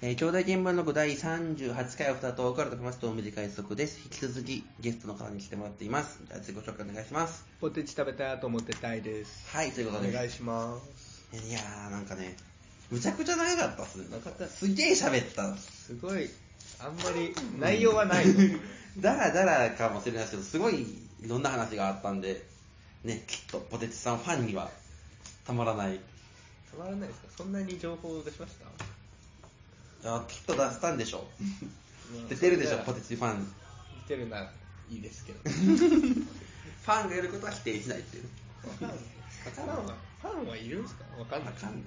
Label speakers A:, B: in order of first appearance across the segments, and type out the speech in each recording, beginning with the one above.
A: えー、兄弟見聞録第38回アフタートークからときますと、短い速です。引き続きゲストの方に来てもらっています。じゃあ自己紹介お願いします。
B: ポテチ食べたいと思ってたいです。
A: はい、ということで。
B: お願いします。
A: いやー、なんかね、むちゃくちゃ長かったっすね。
B: 長かった
A: すげー喋ったっす。
B: すごい、あんまり内容はない。
A: だらだらかもしれないですけど、すごいいろんな話があったんで、ね、きっとポテチさんファンにはたまらない。
B: たまらないですかそんなに情報を出しました
A: あきっと出したんでしょ。
B: うん
A: 出てるでしょ、
B: それで
A: ポテチファン。
B: 来てるならいいですけど。
A: ファンがいることは否定しないっていう。
B: ファンは、ファンはいるんですかわかんな
A: わ
B: い。
A: かんない。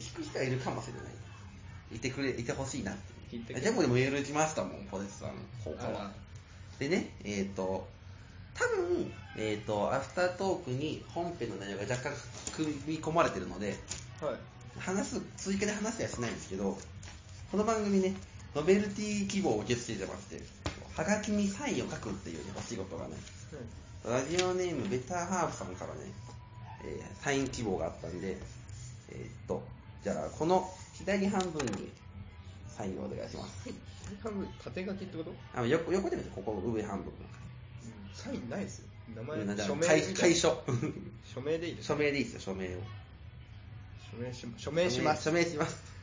A: 聞く人はいるかもしれない。いてくれ、いてほしいなって。
B: 聞いてくれ
A: でもでもメール来ましたもん、ポテチさんの方か
B: あ
A: ら
B: ら。
A: でね、えっ、と、多分、えっ、と、アフタートークに本編の内容が若干組み込まれてるので、
B: はい。
A: 話す、追加で話しはしないんですけど、この番組ね、ノベルティ希望を受け付けてまして、はがきにサインを書くっていうね、お仕事がね、ラジオネームベターハーフさんからね、えーサイン希望があったんで、えーっと、じゃあ、この左半分にサインをお願いします。
B: 半分、縦書きってこと
A: あ横横で見て、ここ上半分。
B: サインないですよ。名
A: うん
B: 前、
A: じゃあ
B: 署名
A: 解
B: みたい
A: 解
B: な。
A: 消。
B: 署名でいいです
A: 署
B: か
A: 名でいいですよ、署名を。
B: 署名し、署名します。
A: 署名署名します。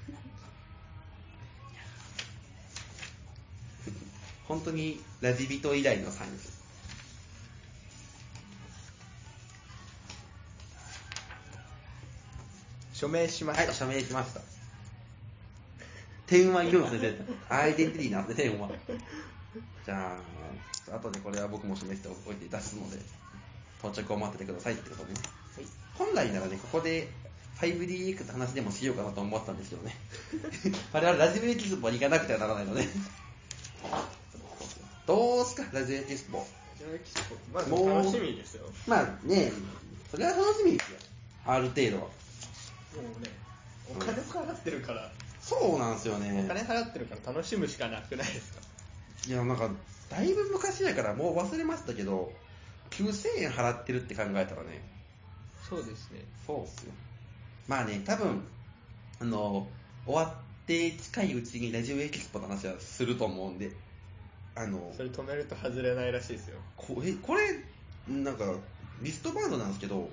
A: 本当にラジビト以来のサインです。
B: 署名しま
A: は
B: し
A: い、
B: た。
A: 署名しました。点はいるんですね、絶対アイデンティティなんで、点は。じゃあ、あとでこれは僕も示しておいて出すので、到着を待っててくださいってことね。本来ならね、ここで 5DX の話でもしようかなと思ったんですよね。 我々ラジオエキスポに行かなくてはならないので。どうすか、ラジオエキスポ。
B: じゃあエキスポまず
A: もう
B: 楽しみですよ。も
A: まあね、それは楽しみですよ。ある程度は。
B: うね、お金払ってるから。
A: そうなんですよね。
B: お金払ってるから楽しむしかなくないですか
A: いや、なんか、だいぶ昔だからもう忘れましたけど、9000円払ってるって考えたらね、
B: そうですね
A: そうっすよ。まあね、多分、あの、終わって近いうちにラジオエキスポの話はすると思うんで、あの、
B: それ止めると外れないらしいですよ
A: こえこれ、なんか、リストバンドなんですけど、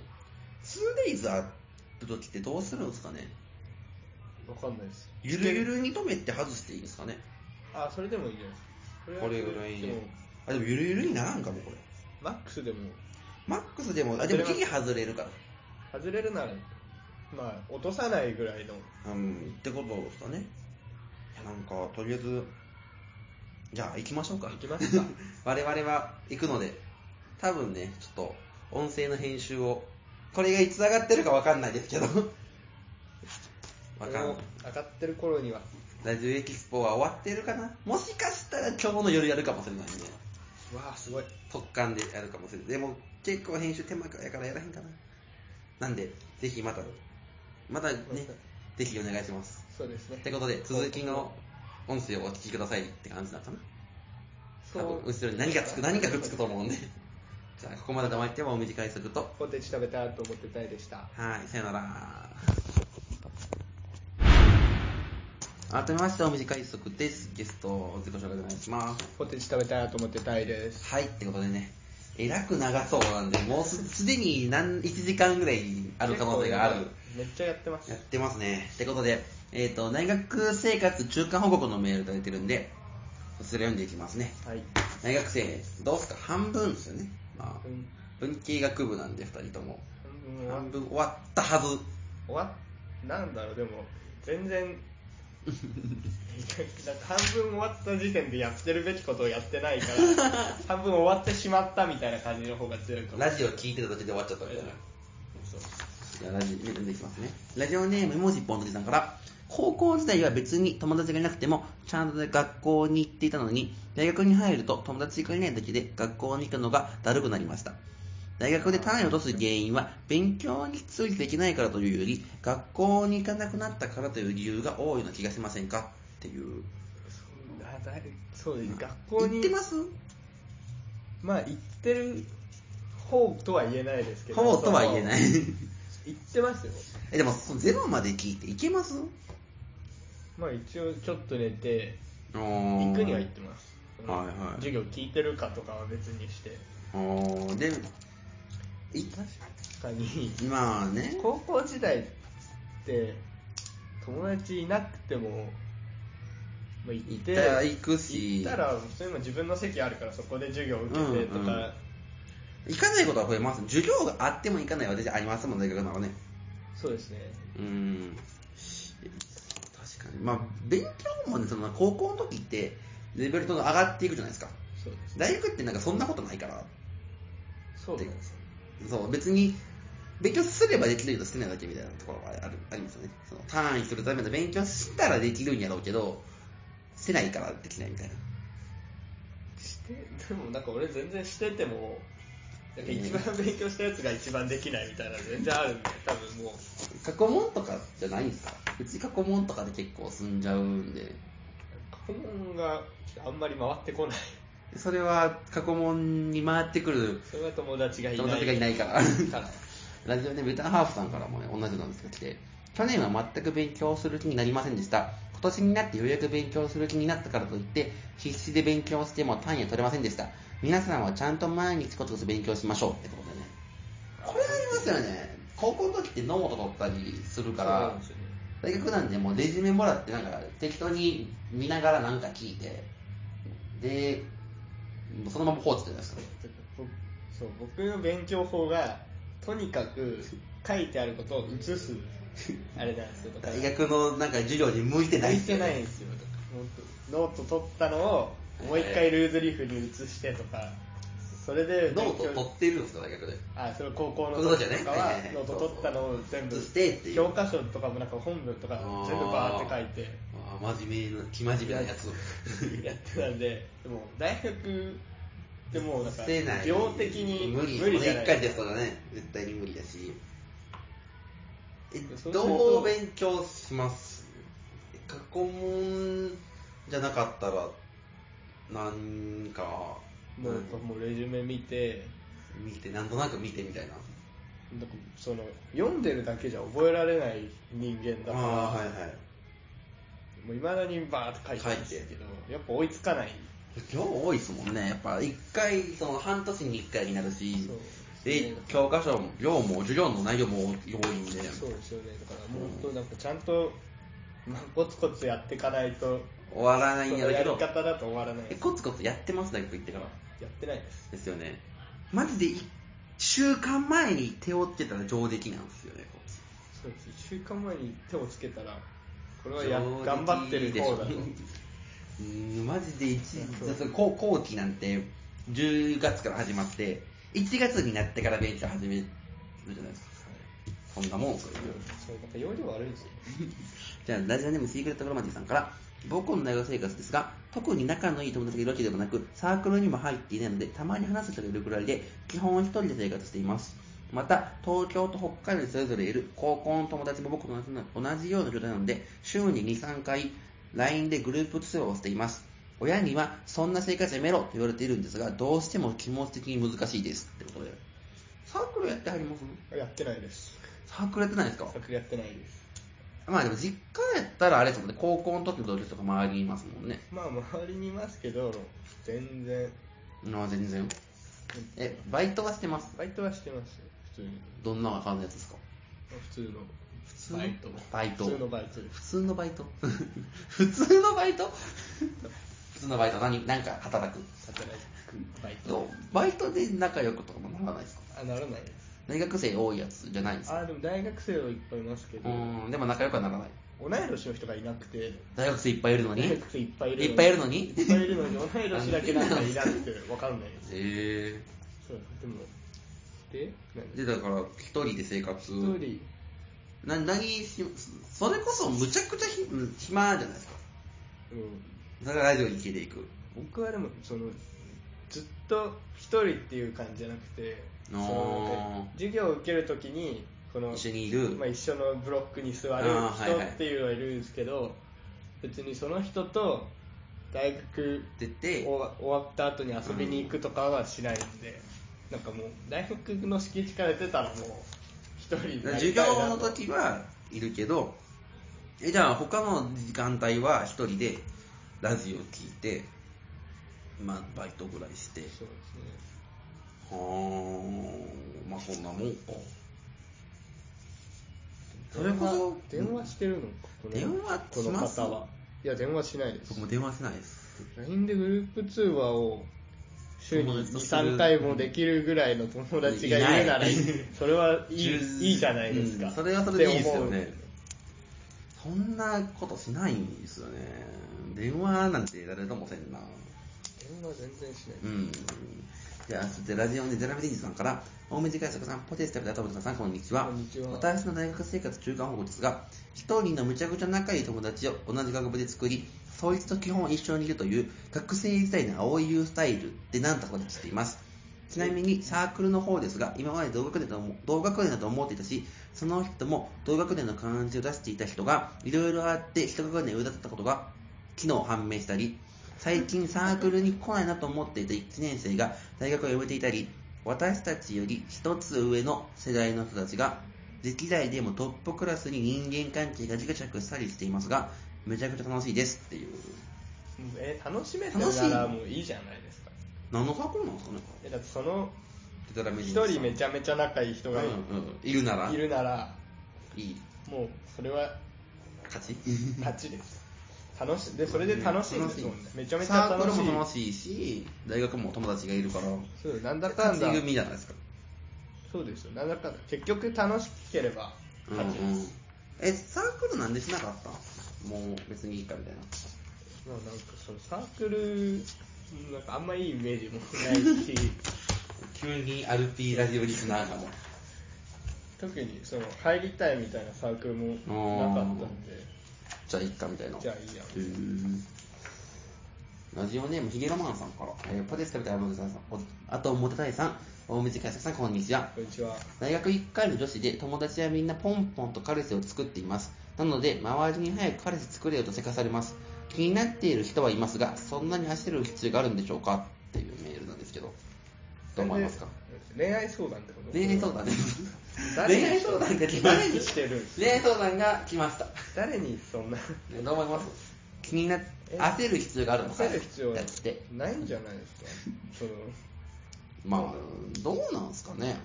A: 2days あった時ってどうするんですかね
B: わかんないです
A: ゆるゆるに止めて外していいんですかね
B: あそれでもいいじゃないですか
A: これぐらい
B: で
A: で
B: も。
A: あ、でもゆるゆるにならんかも、これ。
B: マックスでも
A: マックスでも、あ、でも、
B: 外れ
A: ギ
B: ます
A: リ外れるから。
B: 外れるならまあ落とさないぐらいの
A: うん、ってことですかね。いやなんか、とりあえず、じゃあ行きましょうか。
B: 行きますか
A: 我々は行くので、多分ね、ちょっと、音声の編集を、これがいつ上がってるかわかんないですけ ど、わか
B: これ
A: ん
B: を上がってる頃には
A: ラジオエキスポは終わってるかなもしかしたら今日の夜やるかもしれないね。
B: わあすごい
A: 特感でやるかもしれない。でも結構編集手間やからやらへんかな。なんで、ぜひまた、またね、ぜひお願いします。
B: そうですね
A: ってことで、続きの音声をお聞きくださいって感じなのかな
B: そ
A: 多分
B: う
A: 後ろに何かつく、何かくっつくと思うんで。じゃあ、ここまで黙っても短い速と。
B: ポテチ食べたいと思ってたいでした
A: はい、さよなら。改めまして、お短い速です。ゲスト、自己紹介お願いします。
B: ポテチ食べたいと思ってたいです
A: はい、ってことでね、えらく長そうなんで、もうすすでに何1時間ぐらいある可能性がある。
B: めっちゃやってます
A: やってますね。ってことで、えっ、と、大学生活中間報告のメールいただいてるんで、それを読んでいきますね。
B: はい、
A: 大学生、どうっすか半分ですよね。まあ
B: う、ん
A: 文系学部なんで、二人とも。
B: 半分は
A: 半分終わったはず。
B: 終わっなんだろうでも全然なんか半分終わった時点でやってるべきことをやってないから半分終わってしまったみたいな感じの方が強いかも
A: ラジオ聞いてただけで終わっちゃったみたいな。
B: そう
A: じゃあ、ラジオ、読んでいきますね。ラジオネーム、もじぽんのじさんから、高校時代は別に友達がいなくても、ちゃんと学校に行っていたのに、大学に入ると友達がいないだけで学校に行くのがだるくなりました。大学で単位を落とす原因は、勉強についてできないからというより、学校に行かなくなったからという理由が多いような気がしませんかっていう。
B: あだいそうです学校
A: 行
B: に
A: ってます
B: まあ行ってる方とは言えないですけど
A: ほぼとは言えない
B: その。行ってますよ
A: え、でも、そのゼロまで聞いていけます
B: まあ一応ちょっと寝て
A: 行
B: 行くには行ってます
A: はいはい
B: 授業聞いてるかとかは別にして
A: おーでい
B: 確かに
A: まあね
B: 高校時代って友達いなくても、まあ、行って
A: 行ったら行くし
B: 行ったらそれも自分の席あるからそこで授業受けてとか、
A: うんうん行かないことは増えます授業があっても行かない私ありますもん大学ならね
B: そうですね
A: うん確かにまあ勉強もねその高校の時ってレベルと上がっていくじゃないですか
B: そうです
A: 大学ってなんかそんなことないから
B: そうなんですよ
A: そう別に勉強すればできるけどしてないだけみたいなところがあるありますよねその単位するための勉強したらできるんやろうけどしてないからできないみたいな
B: してでもなんか俺全然しててもなんか一番勉強したやつが一番できないみたいなの全然あるんで多分もう
A: 過去問とかじゃないんですかうち過去問とかで結構済んじゃうんで
B: 過去問があんまり回ってこない
A: それは過去問に回ってくる
B: それは友達がいない
A: 友達がいない から
B: から
A: ラジオネームベターハーフさんからもね同じなんですが来て去年は全く勉強する気になりませんでした今年になってようやく勉強する気になったからといって必死で勉強しても単位は取れませんでした皆さんはちゃんと毎日コツコツ勉強しましょうってことでねこれありますよね高校の時ってノート取ったりするか
B: そう
A: ら
B: なんですよね
A: 大学なんでもうレジュメもらってなんか適当に見ながらなんか聞いてでそのまま放置じゃないですか
B: 僕そう僕の勉強法がとにかく書いてあることを写すあれなんですよだから
A: 大学のなんか授業に向いてない
B: 向い
A: ってい
B: て
A: うね
B: ないんですよだからノート取ったのをもう一回ルーズリーフに写してとかそれで
A: ノート取ってるんですか大学で
B: あそれ高校の
A: 高校じゃね
B: とかは
A: はいはい
B: ノート取ったのを全部
A: 写してっていう
B: 教科書とかもなんか本文とか全部バーって書いて
A: あー真面目な生真面目なやつ
B: やってたんで、でも大学ってもうなんか
A: 捨てない
B: 量的に
A: 無理
B: 無理じゃ
A: この
B: ない
A: 一回テストだね絶対に無理だしえ
B: そうすると
A: どう勉強します過去問じゃなかったらなんか
B: もうもうレジュメ見て、
A: 見てなんとなく見てみたいな
B: なんかその読んでるだけじゃ覚えられない人間だから、
A: ああはいはい
B: もういまだにバーって書いてるんですけど、やっぱ追いつかない。
A: 量多いですもんねやっぱ一回その半年に一回になるし
B: そう
A: で教科書も量も授業の内容も多いんで
B: そうですよね。だからもう本当なんかちゃんと、まあ、コツコツやっていかないと、
A: 終わらな
B: そ
A: いんや
B: の
A: だ
B: や
A: け
B: り
A: ど
B: 方だと終わらない。
A: えコツコツやってます大学行ってから
B: やってないです。
A: ですよねマジで1週間前に手をつけたら上出来なんですよねこっ
B: そうです。一週間前に手をつけたら、これは
A: ち
B: や
A: 上出来
B: 頑張ってる
A: でしょ
B: 方だと。
A: うーんマジで
B: そう
A: 1後後期なんて10月から始まって1月になってから勉強始めるじゃないですかそんなもんですよね
B: そう、なんか容量悪いんですよ。
A: じゃあ、ラジオネームシークレットグラマティさんから、母校の大学生活ですが、特に仲のいい友達がいるわけでもなく、サークルにも入っていないので、たまに話す人がいるくらいで、基本一人で生活しています。また、東京と北海道にそれぞれいる高校の友達も僕と同じな同じような状態なので、週に2、3回、LINE でグループ通話をしています。親には、そんな生活やめろと言われているんですが、どうしても気持ち的に難しいです。ってことで。サークルやってはります
B: やってないです。
A: サークルやってないですか
B: 作やってないです。
A: まあでも実家やったらあれですもんね、高校の時の同僚とか周りにいますもんね。
B: まあ、周りにいますけど、全然。
A: まあ全然。え、バイトはしてます。
B: バイトはしてますよ普通に。
A: どんな感じのやつですか
B: 普通の。
A: 普通の
B: バイト。
A: バイト
B: 普通のバイトです。
A: 普通のバイト 普通のバイト 普通のバイト何、何か働く。
B: 働くバイ
A: ど
B: ト
A: う。バイトで仲良くとかもならないですか
B: あ、ならないです。
A: 大学生多いやつじゃないんですか
B: あ、でも大学生はいっぱいいますけ
A: う
B: ど、
A: ーん、でも仲良くはならない。
B: 同い年の人がいなくて、
A: 大学生いっぱいいるのに
B: 大
A: へ
B: 学生いっぱいいる。
A: いっぱいいるのに
B: いっぱいいるのに、同い年だけなんかいなくて、わかんない です。
A: え
B: そう、でも、で、
A: ー。で、だから、一人で生活。
B: 何一人、
A: な何しそれこそむちゃくちゃひ暇じゃないですか
B: うん、
A: それがラジオに聞いていく
B: 僕はでもそのずっと一人っていう感じじゃなくて
A: あ
B: そ
A: ー
B: のなんか授業を受けるときにこの
A: 一緒にいる
B: まあ、一緒のブロックに座る
A: あーはい
B: 人
A: はい
B: っていうのはいるんですけど、別にその人と大学
A: 出て
B: 終わ終わった後に遊びに行くとかはしないんで、なんかもう大学の敷地から出たらもう一人にな
A: 授
B: りたいな
A: 業の時はいるけどえじゃあ他の時間帯は一人でラジオ聞いてまあバイトぐらいして
B: そうですね。
A: はあまあそんなもんかそれこそ
B: 電話してるのか、この
A: 電話
B: この
A: します
B: 方は。いや、電話しないです
A: 僕。も電話しないです、
B: LINE でグループ通話を週に
A: 友
B: 2、
A: 達とする
B: 3回もできるぐらいの友達がいるなら、
A: いない
B: それはいい
A: 十
B: いいじゃないですか。
A: うんそれはそれでいいですよ
B: って思う
A: ねそんなことしないんですよね電話なんて誰ともせんな
B: 電話全然しない。
A: うん。じゃあ、そしてラジオネームゼラミディジさんから、大目短い食さん、ポテチ食べた友達さん、こんにちは。
B: こんにちは
A: 私の大学生活中間報告ですが、一人のむちゃくちゃ仲いい友達を同じ学部で作り、そいつと基本一緒にいるという、学生時代の青い優スタイルで何たことしています。ちなみにサークルの方ですが、今まで同学年だと思同学年だと思っていたし、その人も同学年の感じを出していた人が、いろいろあって一学年上だったことが、昨日判明したり、最近サークルに来ないなと思っていた1年生が大学を辞めていたり、私たちより一つ上の世代の人たちが、歴代でもトップクラスに人間関係がギクシャクしたりしていますが、めちゃくちゃ楽しいですっていう。
B: え楽しめて
A: 楽しい
B: ならもういいじゃないですか。
A: 何のサークルなんですかね
B: えだってその
A: デタラメ
B: 一
A: 人さん
B: 人めちゃめちゃ仲いい人がい
A: うんうんいるなら
B: いるなら、
A: いい
B: もうそれは
A: 勝ち
B: 勝ちです。楽しいでそれで楽しいんですもんね。めちゃめちゃ
A: サー
B: 楽し
A: クル
B: い
A: も。楽しいし大学も友達がいるから
B: そうなんだかんだ
A: 勝ち組じゃないですか
B: そうですよなんだかんだ結局楽しければ
A: うん
B: 勝ち
A: う
B: で
A: ん
B: す、
A: えサークルなんでしなかったもう別にいいかみたいな
B: まあなんかそのサークルなんかあんまいいイメージもないし
A: 急に RP ラジオリスナーかも
B: 特にその入りたいみたいなサークルもなかったんで
A: じゃあいっかみたいな
B: じゃあいいや
A: へーラジオネームヒゲロマンさんから、えーポテス食べたい山口さんおあとモテたいさん大水解説さんこんにちは
B: こんにちは
A: 大学1回の女子で友達はみんなポンポンと彼氏を作っていますなので周りに早く彼氏作れよとせかされます気になっている人はいますがそんなに焦る必要があるんでしょうかっていうメールなんですけどどう思いますか
B: 恋愛相談ってこと
A: 恋愛相談です
B: 誰に
A: 恋愛相談が来ま
B: 誰に
A: し
B: したてるん
A: 恋愛相談が来ました
B: 誰にそんな
A: どう思います気になっ
B: え
A: 焦る必要があるのか
B: 焦る必要
A: やって
B: ないんじゃないですかその
A: まあどうなんですかね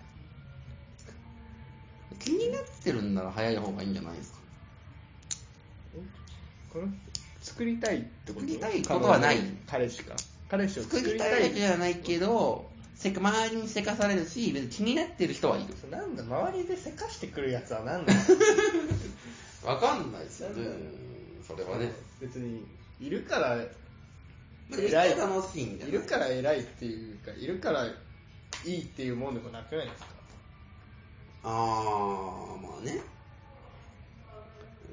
A: 気になってるんなら早い方がいいんじゃないですか
B: えこの作りたいってこと
A: 作りたいことはない
B: 彼氏か彼氏を
A: 作
B: 作
A: り
B: り
A: た
B: た
A: い
B: い
A: わけじゃないけど、せか周りにせかされるし、別に気になってる人はいる。
B: なんだ周りでせかしてくるやつは何だ
A: わかんないです
B: よね
A: それ。
B: 別にいるから
A: 偉い楽しいんじゃない
B: いるから偉いっていうかいるからいいっていうもんでもなくないですか
A: あー、まあね。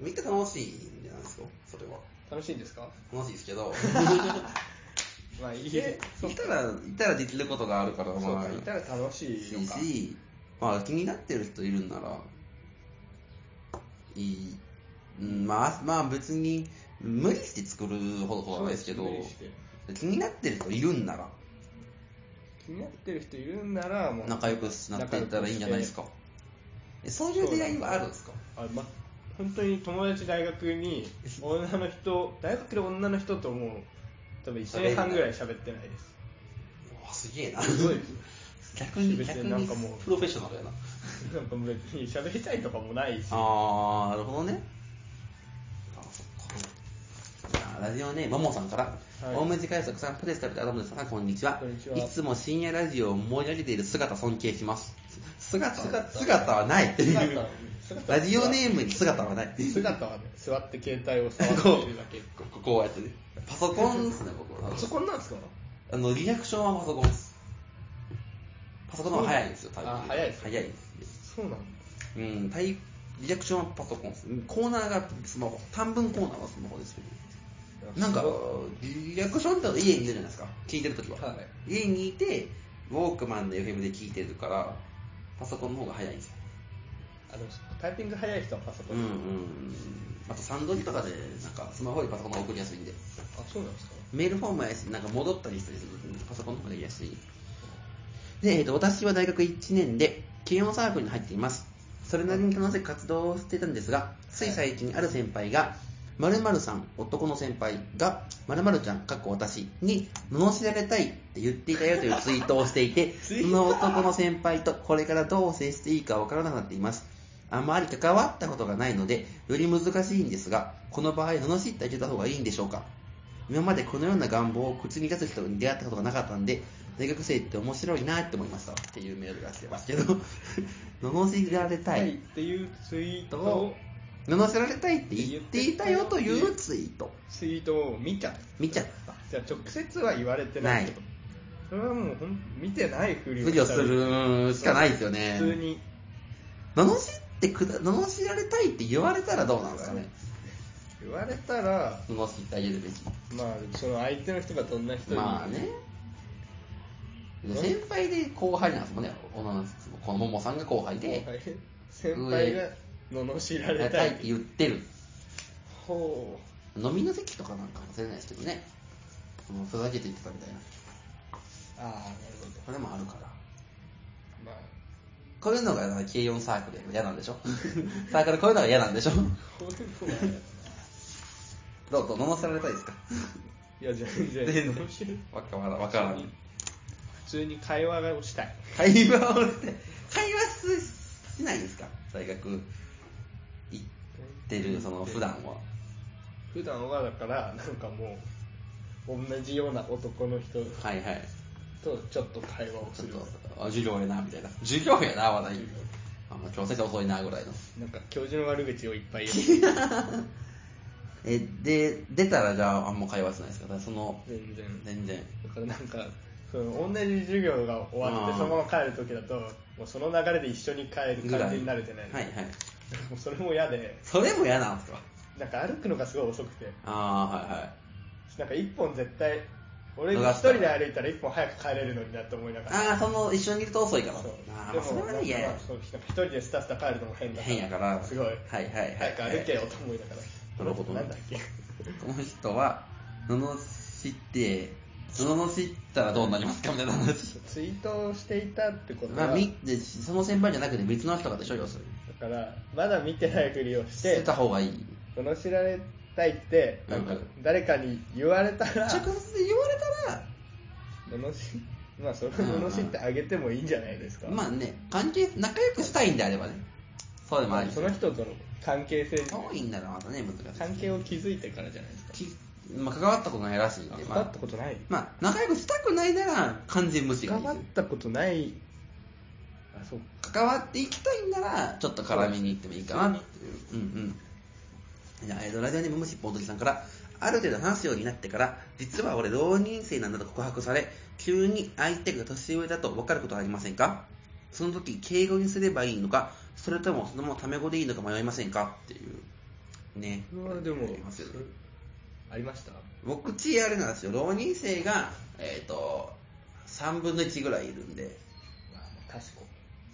A: 見て楽しいんじゃないですか、それは。
B: 楽しいんですか
A: 楽しいですけど。
B: まあいい
A: え いたら、いたらできることがあるから、
B: そう
A: まあ
B: か、いたら楽しいのか
A: し、まあ気になってる人いるんなら、いい、うんまあ、まあ別に、無理して作るほどじゃないですけど、
B: 無理して
A: 気になってる人いるんなら、
B: 気になってる人いるんならもう
A: 仲良くなっていったらいいんじゃないですか。えそういう出会いはあるんですか
B: あ、ま、本当に友達大 学に女の人大学で女の人ともう多分1年半ぐらい喋ってない です
A: うわすげえな。
B: すごいです
A: 逆に、
B: 別
A: 逆
B: になんか
A: に
B: もう
A: プロフェッショナルやな。
B: なんか別に喋りたいとかもないし、
A: あー、なるほどね。あ、そっか。じゃあラジオネームももさんから、
B: い
A: 大文字解説さん、ポテス食べてアダムズさん、こんにちは。
B: こんにちはい
A: つも深夜ラジオを盛り上げている姿尊敬します。姿姿はないっていう。
B: 姿は
A: ラジオネームに姿はない。
B: 姿はね、座って携帯を触っているだけ。
A: こここうやってね。パソコンですね、僕は
B: パ。ソコンなんですか
A: あの、リアクションはパソコンです。パソコンの方が早いんですよ、多分。
B: あ早いです
A: 早いです。
B: そうなんだ。
A: うん、タイリアクションはパソコンです。コーナーがスマホ。短文コーナーはスマホですけど。なんか、リアクションって家にいるじゃないですか。聞いてるときは、
B: は
A: 家にいて、ウォークマンで FM で聞いてるから、パソコンの方が早いんですよ。
B: あのタイピング早い人はパソコ
A: うん
B: ン。
A: うん
B: あ、。
A: あと、サンドリとかで、なんか、スマホよりパソコンの方が送りやすいんで。
B: そうなんですか
A: メールフォームやし、なんか戻ったりしたりすると、パソコンの方がやりやすい。で、えっと、私は大学1年で、軽音サークルに入っています。それなりに楽しい活動をしていたんですがつい最近ある先輩が〇〇さん男の先輩が〇〇ちゃんかっこ私に罵られたいって言っていたよというツイートをしていて
B: ツイー
A: そ
B: ト
A: の男の先輩とこれからどう接していいかわからなくなっていますあまり関わったことがないのでより難しいんですがこの場合罵ってあげた方がいいんでしょうか今までこのような願望を口に出す人に出会ったことがなかったんで大学生って面白いなって思いましたっていうメールが来てますけど 罵られた、
B: はいいっていうツイートを
A: 罵られたいって言っていたよというツイート
B: ツイートを見ちゃった
A: 見ちゃった
B: じゃあ直接は言われてないけど
A: ない
B: それはもうほん見てないふり
A: 不利を
B: し
A: す
B: た
A: るしかないですよね
B: 普通に
A: 罵ってくだ罵られたいって言われたらどうなんですかね
B: 言われたら
A: 罵ってあげるべき
B: まあその相手の人がどんな人に
A: まあね先輩で後輩なんですもんね女の人このももさんが後輩で
B: はい先輩が罵られた
A: やり
B: い
A: って言ってる
B: ほ
A: 飲みの席とかなんかもしれないですけどねもうふざけて言ってたみたいな
B: うああなるほど
A: これもあるから
B: まあ
A: こういうのが軽4サークルやけど嫌なんで しょサークルこういうのが嫌なんでしょ
B: こういうのはやだな
A: どうぞ罵られたいですか
B: いや全然面白い
A: わからわからん
B: 普通に会話がしたい
A: 会話をして会話しないんですか大学行ってるその普段は
B: 普段はだからなんかもう同じような男の人
A: はいはい
B: とちょっと会話を
A: ち
B: す
A: ょっ
B: る
A: とあ授業やなみたいな授業やな話題あもう今日先生遅いなぐらいの
B: なんか教授の悪口をいっぱい言う
A: えで出たらじゃああんま会話しないですかだからその
B: 全然
A: 全然
B: だからなんかその同じ授業が終わっ
A: あー
B: てそのまま帰る時だともうその流れで一緒に帰る
A: ぐら
B: 感
A: い
B: じになれてない
A: はいはい
B: もうそれも嫌で
A: それも嫌なんですか
B: なんか歩くのがすごい遅くて
A: ああはいはい
B: なんか一本絶対俺
A: 逃
B: 一
A: した
B: 人で歩いたら一本早く帰れるのになと思いながら
A: ああその一緒にいると遅いから
B: そう
A: あ
B: で
A: あ
B: も
A: それはね嫌
B: なん
A: や
B: かそうなんか一人でスタスタ帰るのも変だ
A: 変やから
B: すごい
A: はいはいはい
B: 早く歩けよと思いながら、
A: なるほどね
B: なんだっけ
A: この人は罵って罵ったらどうなりますかみたいな話
B: ツイートをしていたってことは、
A: まあ、みでその先輩じゃなくて別の人がでしょ要するに
B: だからまだ見てないふりをし
A: しててた方がいい
B: 罵られたいってなんか
A: うんうん
B: 誰かに言われた
A: 直
B: ら
A: 接言われたら
B: 罵しまあそれを
A: うんうん
B: 罵ってあげてもいいんじゃないですか、
A: まあね関係仲良くしたいんであればねそうでもあり
B: その人との関係性
A: 多いんだらまたね難し
B: 関係を築いてからじゃないですか
A: いき、まあ、関わったことないらしいんで
B: 関わ
A: ま
B: っ
A: あ、
B: たことない
A: まあ、仲良くしたくないなら完全無視がいい
B: 関
A: で
B: わ
A: す
B: っ
A: よ
B: たことないあそう
A: 関わっていきたいんならちょっと絡みに行ってもいいかなっていううんうんじゃあ、えーとラジオネームむしぽんときさんからある程度話すようになってから実は俺浪人生なんだと告白され急に相手が年上だと分かることはありませんかその時敬語にすればいいのかそれともそのままタメ語でいいのか迷いませんかっていうね
B: うわで
A: あ
B: も
A: りますよね
B: ありました
A: 僕ちあれなんですよ浪人生がえっ、と3分の1ぐらいいるんで
B: 確か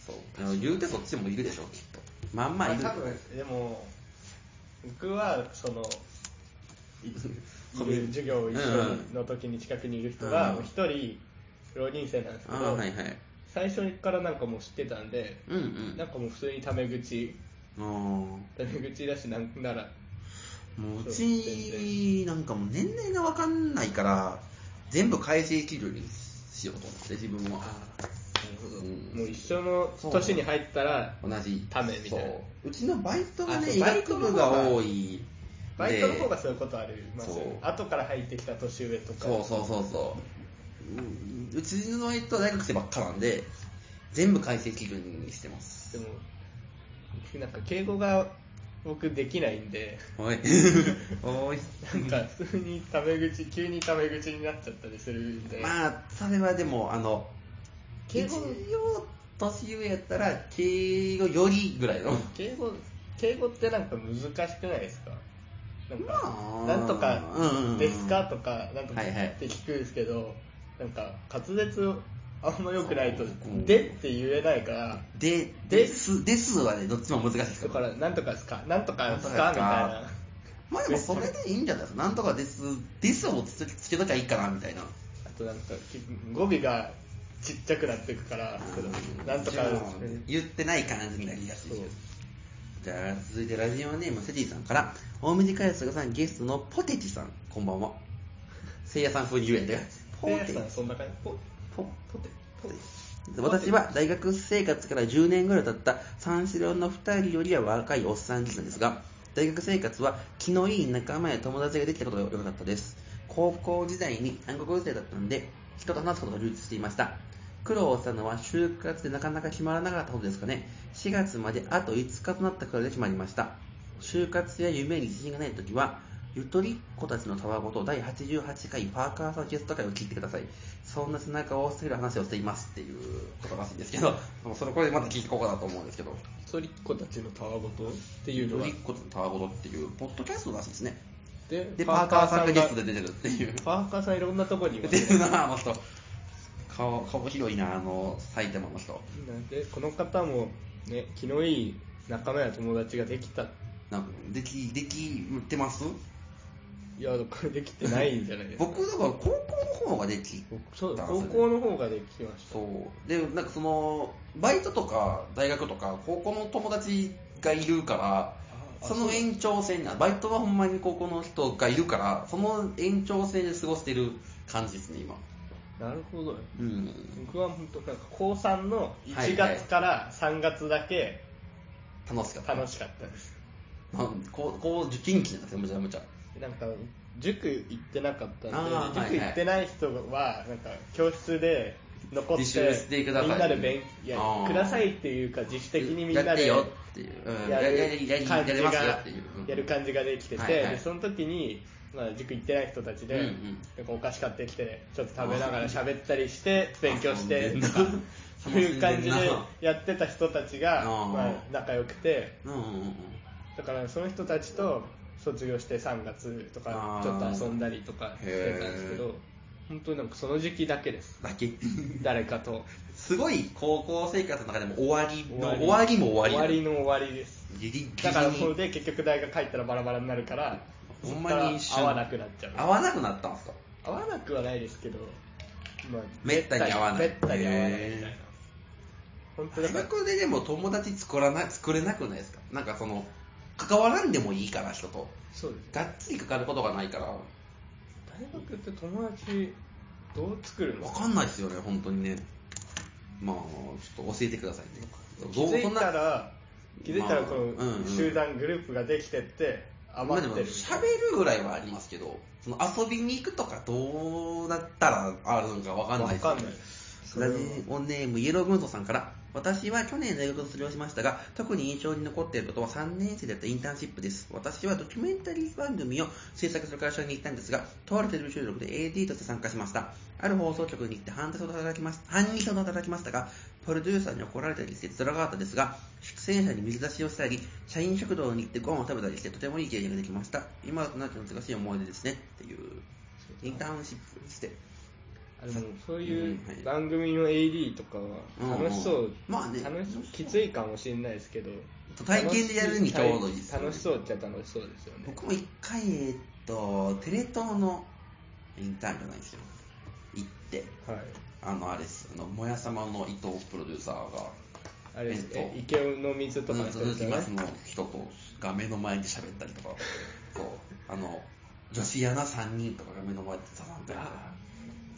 A: そう言うてそっちもいるでしょきっとまんまいる
B: 多分でも僕はそのい
A: コ
B: い
A: ミュ
B: る授業一緒の時に近くにいる人が
A: うんうん
B: 一人浪人生なんですけ
A: ああ
B: ど
A: はいはい
B: 最初からなんかもう知ってたんで
A: うんう
B: なん
A: ん
B: かもう普通にタメ口
A: ああ
B: タメ口だしなんなら
A: もうう
B: そう全
A: ちなんかもう年齢が分かんないから全部改正基準にしようと思って自分はうん
B: もう一緒の年に入ったら
A: 同じ
B: ためみたいな
A: そううちのバイトが
B: あ
A: ね
B: そう
A: 医学部が
B: バイトの方が
A: 多い
B: バイトの
A: で
B: 方がそういうことありますよね
A: そう
B: 後から入ってきた年上とか
A: そうそうそうそううんうちのバイトは大学生ばっかなんで全部改正基準にしてます
B: でもなんか敬語が僕できないんで
A: おいおい
B: なんか普通にタメ口急にタメ口になっちゃったりするんで、
A: まあそれはでもあの
B: 敬
A: 一
B: 語
A: 応年上やったら敬語よりぐらいの
B: 敬語敬語ってなんか難しくないですかなんか、
A: まあ
B: なんとか
A: うんうんうん
B: ですかとかなんとかっ
A: はいはい
B: て聞くんですけど、なんか滑舌をあんま良くないと
A: そう
B: 「で」って言えないから
A: でですですはねどっちも難しいです
B: だ
A: か
B: からら「なんとかですか?」「なんとかです
A: な
B: か?」
A: ん
B: み
A: と
B: た
A: か
B: いな
A: まあでもそれでいいんじゃないですかなんとかですですをつつけときゃいいかなみたいな
B: あとなんかき語尾がちっちゃくなっていくから「なんとか」
A: 言ってない感じになりがち
B: そう
A: じゃあ続いてラジオネームセティさんから大水かやすがさんゲストのポテチさんこんばんはせいやさん風に言うんだよポ
B: せいや
A: テ
B: さんそんな感じポ
A: ポ
B: ポテポテ
A: 私は大学生活から10年ぐらい経った三四郎の2人よりは若いおっさんなんですが大学生活は気のいい仲間や友達ができたことが良かったです高校時代に暗黒時代だったんで人と話すことが充実していました苦労したのは就活でなかなか決まらなかったことですかね4月まであと5日となったくらいで決まりました就活や夢に自信がない時はゆとりっ子たちのたわごと第88回パーカーさんゲスト会を聞いてくださいそんな背中を押せる話をしていますっていうことらしいんですけどもうそれこれまた聞いていこうかなと思うんですけど
B: トリッコたちのたわごとってい
A: ゆ
B: うの
A: と
B: は
A: りっ子たちのたわごとっていうポッドキャストらしいですね
B: で
A: でパーカーさんがゲストで出てるっていう
B: パーカーさんいろんなとこにい
A: 出
B: ま
A: て
B: す
A: るなあの人顔顔広いなあの埼玉の人
B: なんでこの方もね気のいい仲間や友達ができた
A: なんかできできてます
B: いやこれできてないんじゃないですか
A: 僕だから高校の方ができ
B: 僕そう
A: ダンス
B: 高
A: で
B: 校の方ができました
A: そうでなんかそのバイトとか大学とか高校の友達がいるから
B: あ
A: その延長線あバイトはほんまに高校の人がいるからその延長線で過ごしてる感じですね今
B: なるほど
A: うん
B: 僕は本当なんか高3の
A: はい
B: 1月から3月だけ
A: 楽しかった
B: 楽しかったです、
A: うんこうこう受験期なんですよむちゃむちゃ
B: なんか塾行ってなかった
A: あ
B: ん
A: ー
B: で
A: はいは
B: 塾
A: い
B: 行ってない人はなんか教室で残って
A: 自習してください
B: みんなで勉いや
A: あー
B: くださいっていうか自主的にみん
A: や
B: な
A: って
B: で
A: よっていう、うん、
B: や
A: や
B: る
A: やりやりや
B: 感じ
A: り
B: が
A: ますよっていう、うん
B: やる感じができてて、
A: はいはい
B: でその時に、まあ、塾行ってない人たちで、
A: うんうん
B: なんかお菓子買ってきて、ちょっと食べながら喋ったりして勉強して
A: 遊んでん
B: と
A: な
B: かそういう感じで
A: 遊んでんな
B: やってた人たちが、
A: あー
B: まあ、仲良くて
A: うんうんうん
B: だからその人たちと卒業して3月とか
A: あ
B: ちょ
A: ー
B: っと遊んだりとかしてたんですけ
A: へ
B: ど
A: ー
B: 本当になんかその時期だけです
A: だけ
B: 誰かと
A: すごい高校生活の中でも終わりの終
B: 終
A: わ
B: わ
A: りも終わり
B: の終わりです
A: ギリギリに
B: だからそれで結局大学帰ったらバラバラになるから
A: ほんまに一
B: そっか
A: 瞬
B: ら会わなくなっちゃう
A: 合わなくなったんですか
B: 合わなくはないですけど、まあ、
A: めったに合わない
B: めったに合わないみたいな
A: へー
B: 本当だ
A: 大
B: から
A: 学ででも友達作らな作れなくないですかなんかその関わらんでもいいから人と
B: そうです
A: がっつり関わることがないから
B: 大学って友達どう作るの
A: わかんないですよね本当にねまあちょっと教えてくださいね
B: 気づいたら気づいたら
A: まあ
B: こ
A: うんうん
B: の集団グループができてって
A: まあ
B: 余
A: で
B: っ
A: も
B: てる
A: 喋るぐらいはありますけどその遊びに行くとかどうだったらあるのかわかんない
B: わ
A: ですよ
B: かん
A: ね
B: ないそれ
A: ラ
B: は
A: ジオネームイエロー軍曹さんから私は去年大学を卒業しましたが特に印象に残っていることは3年生だったインターンシップです私はドキュメンタリー番組を制作する会社に行ったんですがとあるテレビ収録で AD として参加しましたある放送局に行って半年ほど働きました半日ほど働きましたがプロデューサーに怒られたりして辛かったですが出演者に水出しをしたり社員食堂に行ってご飯を食べたりしてとてもいい経験ができました今となっては難しい思い出ですねっていうインターンシップして
B: あでもそういう
A: うんはい
B: 番組の AD とかは楽しそう、
A: うんうんまあね
B: 楽しそうきついかもしれないですけど
A: 体験でやるにちょうどいいですよね
B: 楽しそうっちゃ楽しそうですよね
A: 僕も一回、えっと、テレ東のインターンじゃないですよ。行って、
B: はい
A: あの、あれです、あの、もやさまの伊藤プロデューサーが、
B: あれです
A: えっ
B: ね
A: と
B: 池の水とかの人
A: 続
B: です
A: き
B: よね
A: ますの人と画面の前で喋ったりとか、そう、あの、女子アナ3人とか画面の前でザザンと
B: あ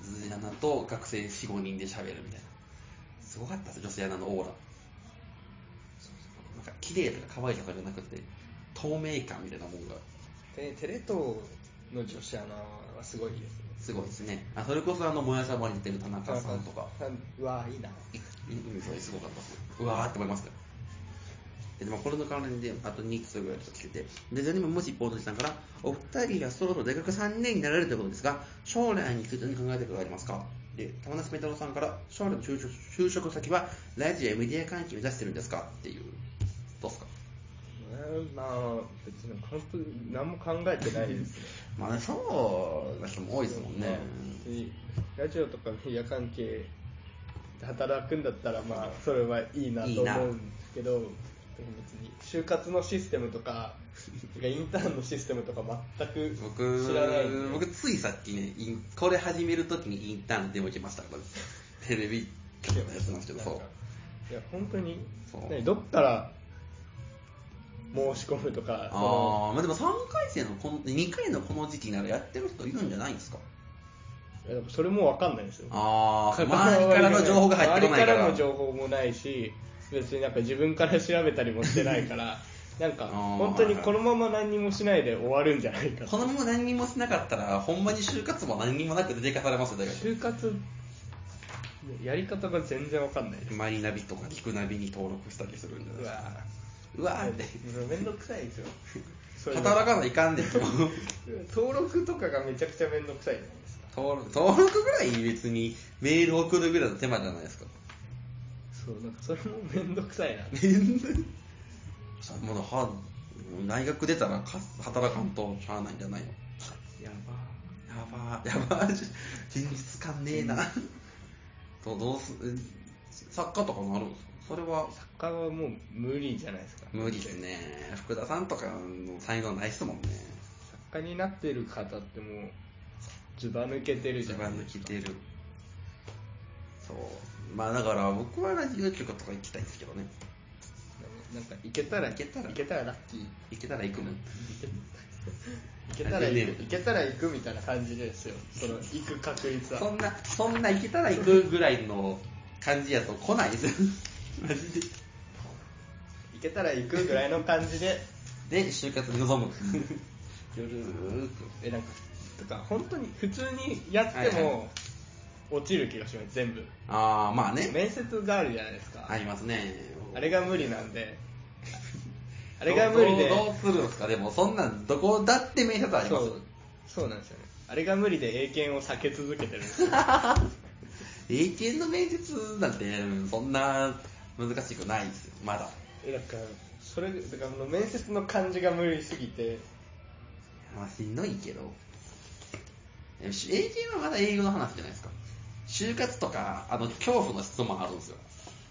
A: 女子アナと学生4、5人で喋るみたいな。すごかったですよ、女子アナのオーラ。なんか、綺麗とか可愛いとかじゃなくて、透明感みたいなもんが。
B: でテレ東の女子アナはすごいですね
A: すごいですね。あそれこそあの、もやさまに出てる田中さんとか。
B: うわいいな
A: うん、それすごかったです。うわーって思いましたよ。で、まあ、これの関連で、あと2つぐらいちょっと来てて、で、じゃあももし、ポートさんから、お二人がそろそろ大学3年になられるということですが、将来について何考えてることがありますかで、玉梨ペ太郎さんから、将来の就職就職先は、ラジオやメディア関係を目指してるんですかっていう、どうですか
B: まあ別に本当に何も考えてないですね
A: まあね、そうな人も多いですもんね。
B: 別にラジオとかメディア関係で働くんだったらまあそれはいいなと思うんですけどでも別に就活のシステムとかインターンのシステムとか全く
A: 僕
B: 知らないんで
A: 僕ついさっきねインこれ始めるときにインターンでも受けましたから テレビ局のやつなんですけどそう
B: いや本当に
A: そう
B: 何どっから申し込むとか、そ
A: あ
B: の
A: あまあでも3回生のこの2回のこの時期ならやってる人いるんじゃないんですか
B: えでもそれもわかんないですよ。
A: ああ周りからの情報が入ってこないから
B: 周りからの情報もないし別になんか自分から調べたりもしてないから なんか
A: あー
B: 本当にこのまま何にもしないで終わるんじゃないか
A: このまま何にもしなかったらほんまに就活も何にもなく出てかされますよ大学
B: 就活やり方が全然わかんないです
A: マリナビとかキクナビに登録したりするんじゃないうですか
B: わ
A: うわー
B: ー
A: って
B: めんどくさいですよそういうの
A: 働かないかんねんけど
B: 登録とかがめちゃくちゃめんどくさいじゃないですか
A: 登録登録ぐらい別にメール送るぐらいの手間じゃないですか
B: そうなんかそれもめんどくさいな
A: さもうは大学出たらか働かんとしゃあないんじゃないの
B: や
A: やば
B: ば
A: ーやばー現実感ねえな、どどうすえ作家とかもあるんですかそれは
B: 作家はもう無理じゃないですか
A: 無理ですね福田さんとかの才能ないっすもんね
B: 作家になってる方ってもうずば抜けてるじ
A: 一
B: ゃない
A: 番
B: で
A: 抜き
B: すか
A: てるそうまあだから僕はラジオ局とか行きたいんですけどね
B: なんかいけたら
A: いけたら
B: いけたらラッキーい
A: 行けたら行くの
B: けたら
A: いけ
B: 行
A: ね
B: くいけたら行くみたいな感じですよその行く確率
A: そ
B: は
A: んなそんな行けたら行くぐらいの感じやと来ない ですマジで
B: いけたら行くぐらいの感じで
A: で就活に臨む 夜ーっと
B: えなんかとか本当に普通にやって
A: はいは
B: も落ちる気がします全部
A: ああまあね
B: 面接があるじゃないですか
A: ありますね
B: あれが無理なんであれが無理で
A: どうどうするんですかでもそんなんどこだって面接ありま
B: そ
A: す
B: うそうなんですよねあれが無理で英検を避け続けてるんですよ
A: 英検の面接なんてそんな難しくないですよまだ
B: えだからそれだからあの面接の感じが無理すぎて
A: まあしんどいけどえし英検はまだ英語の話じゃないですか就活とかあの恐怖の質問あるんですよ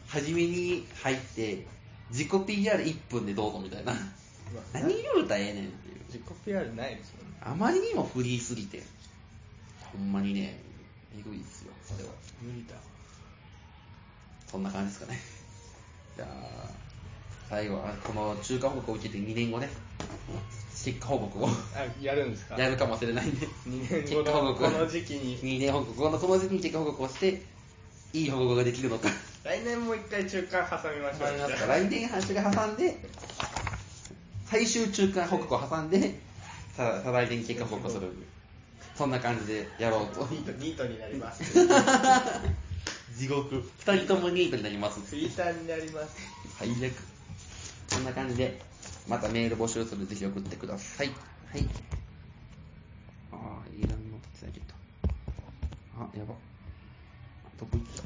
A: 初めに入って自己 PR1 分でどうぞみたいな何言うたらええねんっていう
B: 自己 PR ないですもんね
A: あまりにもフリーすぎてほんまにねえぐいですよそれは
B: 無理だ
A: そんな感じですかね じゃあ最後はこの中間報告を受けて2年後ね結果報告を
B: あやるんですか
A: やるかもしれないんで
B: 2年後のこの時期に
A: 2年報告このその時期に結果報告をしていい報告ができるのか
B: 来年もう一回中間挟みましょう
A: 思いますから来年半周挟んで最終中間報告を挟んでさ再来年結果報告をするそんな感じでやろうと
B: ニートニートになります
A: 地獄2人ともニートになります
B: フリーターになります
A: 最悪そんな感じでまたメール募集するのでぜひ送ってくださいはいああいらんの立ち上げたあやばどこ行った